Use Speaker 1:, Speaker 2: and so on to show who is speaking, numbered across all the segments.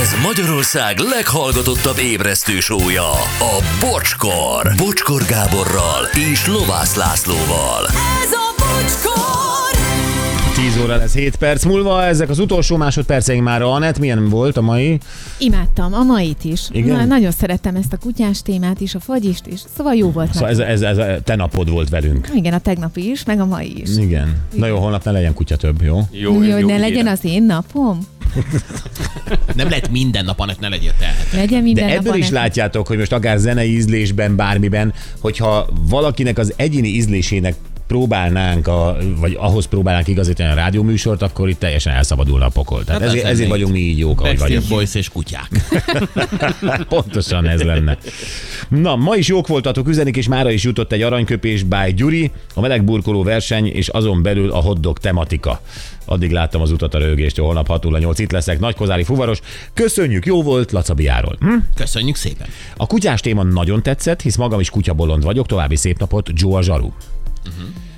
Speaker 1: Ez Magyarország leghallgatottabb ébresztő sója, a Bocskor. Bocskor Gáborral és Lovász Lászlóval.
Speaker 2: Ez a bocskor!
Speaker 3: 10 óra lesz 7 perc múlva, ezek az utolsó másodperceink már. Anett, milyen volt a mai?
Speaker 4: Imádtam a mait is.
Speaker 3: Igen?
Speaker 4: Na, nagyon szerettem ezt a kutyás témát is, a fagyist is. Szóval jó volt.
Speaker 3: Szóval
Speaker 4: Szóval
Speaker 3: ez, ez, ez a te napod volt velünk.
Speaker 4: Igen, a tegnapi is, meg a mai is.
Speaker 3: Igen. Na jó, holnap ne legyen kutya több, jó?
Speaker 4: Jó, jó, hogy ne legyen az én napom.
Speaker 5: Nem lehet minden nap, annak ne legyél te.
Speaker 4: Legyen
Speaker 3: De
Speaker 4: minden nap
Speaker 3: ebből
Speaker 4: a
Speaker 3: is
Speaker 4: nekem.
Speaker 3: látjátok, hogy most akár zenei ízlésben, bármiben, hogyha valakinek az egyéni ízlésének próbálnánk, a, vagy ahhoz próbálnánk igazítani a rádióműsort, akkor itt teljesen elszabadulna a pokol. Tehát
Speaker 5: Hát
Speaker 3: ezért,
Speaker 5: ez
Speaker 3: ezért
Speaker 5: lenne
Speaker 3: vagyunk mi így jók, ahogy vagyunk.
Speaker 5: Backstreet Boys és kutyák.
Speaker 3: Pontosan ez lenne. Na, ma is jók voltatok, üzenik, és mára is jutott egy aranyköpés by Gyuri, a melegburkoló verseny, és azon belül a hoddog tematika. Addig láttam az utat a rögéstől, holnap 6 óra 8 itt leszek, nagykozári fuvaros. Köszönjük, jó volt, Lacabiáról. Hm?
Speaker 5: Köszönjük szépen.
Speaker 3: A kutyás téma nagyon tetszett, hisz magam is kutyabolond vagyok, további szép napot, Joe a zsaru.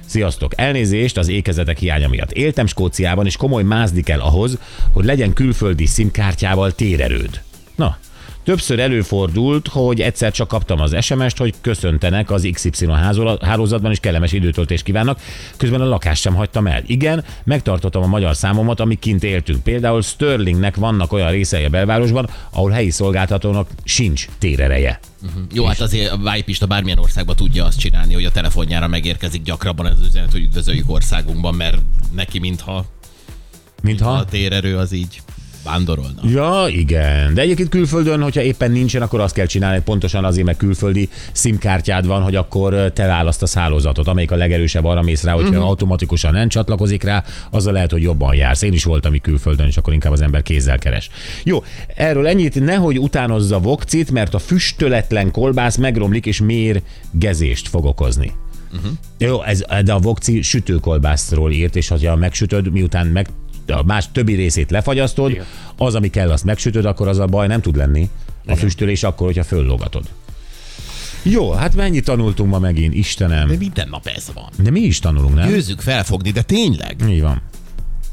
Speaker 3: Sziasztok! Elnézést az ékezetek hiánya miatt. Éltem Skóciában, és komoly mázni kell ahhoz, hogy legyen külföldi szimkártyával térerőd. Na, Többször előfordult, hogy egyszer csak kaptam az SMS-t, hogy köszöntenek az XY házola- hálózatban, és kellemes időtöltést kívánnak. Közben a lakást sem hagytam el. Igen, megtartottam a magyar számomat, amíg kint éltünk. Például Sterlingnek vannak olyan részei a belvárosban, ahol helyi szolgáltatónak sincs térereje.
Speaker 5: Jó, hát azért a Vipista bármilyen országba tudja azt csinálni, hogy a telefonjára megérkezik gyakrabban ez az üzenet, hogy üdvözöljük országunkban, mert neki mintha a
Speaker 3: Mintha...
Speaker 5: térerő az így vándorolna.
Speaker 3: Ja, igen. De egyébként külföldön, hogyha éppen nincsen, akkor azt kell csinálni, hogy pontosan azért, mert külföldi szimkártyád van, hogy akkor te választasz hálózatot, amelyik a legerősebb, arra mész rá, hogyha uh-huh. automatikusan nem csatlakozik rá, azzal lehet, hogy jobban jársz. Én is voltam itt külföldön, és akkor inkább az ember kézzel keres. Jó, erről ennyit, nehogy utánozza vokcit, mert a füstöletlen kolbász megromlik, és mérgezést fog okozni. Jó, ez, de a vokci sütőkolbászról írt, és ha megsütöd, miután meg a más többi részét lefagyasztod, Igen. az, ami kell, azt megsütöd, akkor az a baj nem tud lenni. A füstölés akkor, hogyha föllógatod. Jó, hát mennyit tanultunk ma megint, Istenem.
Speaker 5: Minden nap ez van.
Speaker 3: De mi is tanulunk, nem?
Speaker 5: Győzzük felfogni, de tényleg?
Speaker 3: Így van.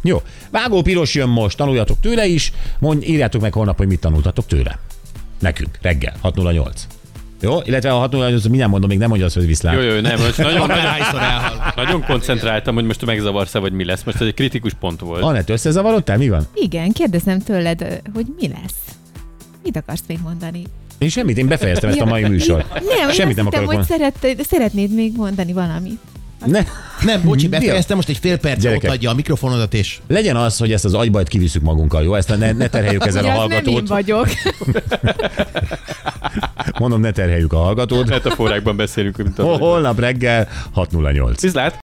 Speaker 3: Jó, Vágó Piros jön most, tanuljatok tőle is, mondj, írjátok meg holnap, hogy mit tanultatok tőle. Nekünk, reggel, 608. Jó, illetve a 608, mindjárt mondom, még nem mondja azt, hogy viszlát.
Speaker 6: Jó, jó, nem, most nagyon,
Speaker 5: Hányszor elhal.
Speaker 6: nagyon koncentráltam, hogy most megzavarsz-e, vagy mi lesz. Most ez egy kritikus pont volt.
Speaker 3: Anett, összezavarodtál? Mi van?
Speaker 4: Igen, kérdezem tőled, ö, hogy mi lesz. Mit akarsz még mondani?
Speaker 3: Én semmit, én befejeztem ezt a mai műsort.
Speaker 4: Nem, én
Speaker 3: Semmit
Speaker 4: azt
Speaker 3: nem
Speaker 4: hittem,
Speaker 3: akarok
Speaker 4: hogy
Speaker 3: mondani.
Speaker 4: szeret, szeretnéd még mondani valamit.
Speaker 3: Ne,
Speaker 5: Nem, bocsi,
Speaker 3: Mi a-
Speaker 5: befejeztem, most egy fél percre ott
Speaker 3: Gyerekek.
Speaker 5: adja a mikrofonodat, és
Speaker 3: legyen az, hogy ezt az agybajt kiviszük magunkkal, jó? Ezt ne, ne terheljük ezen
Speaker 4: Ugye
Speaker 3: a
Speaker 4: az nem én
Speaker 3: hallgatót.
Speaker 4: vagyok.
Speaker 3: Mondom, ne terheljük a hallgatót.
Speaker 6: Metaforákban beszélünk, mint a...
Speaker 3: Holnap reggel 608.
Speaker 6: Viszlát!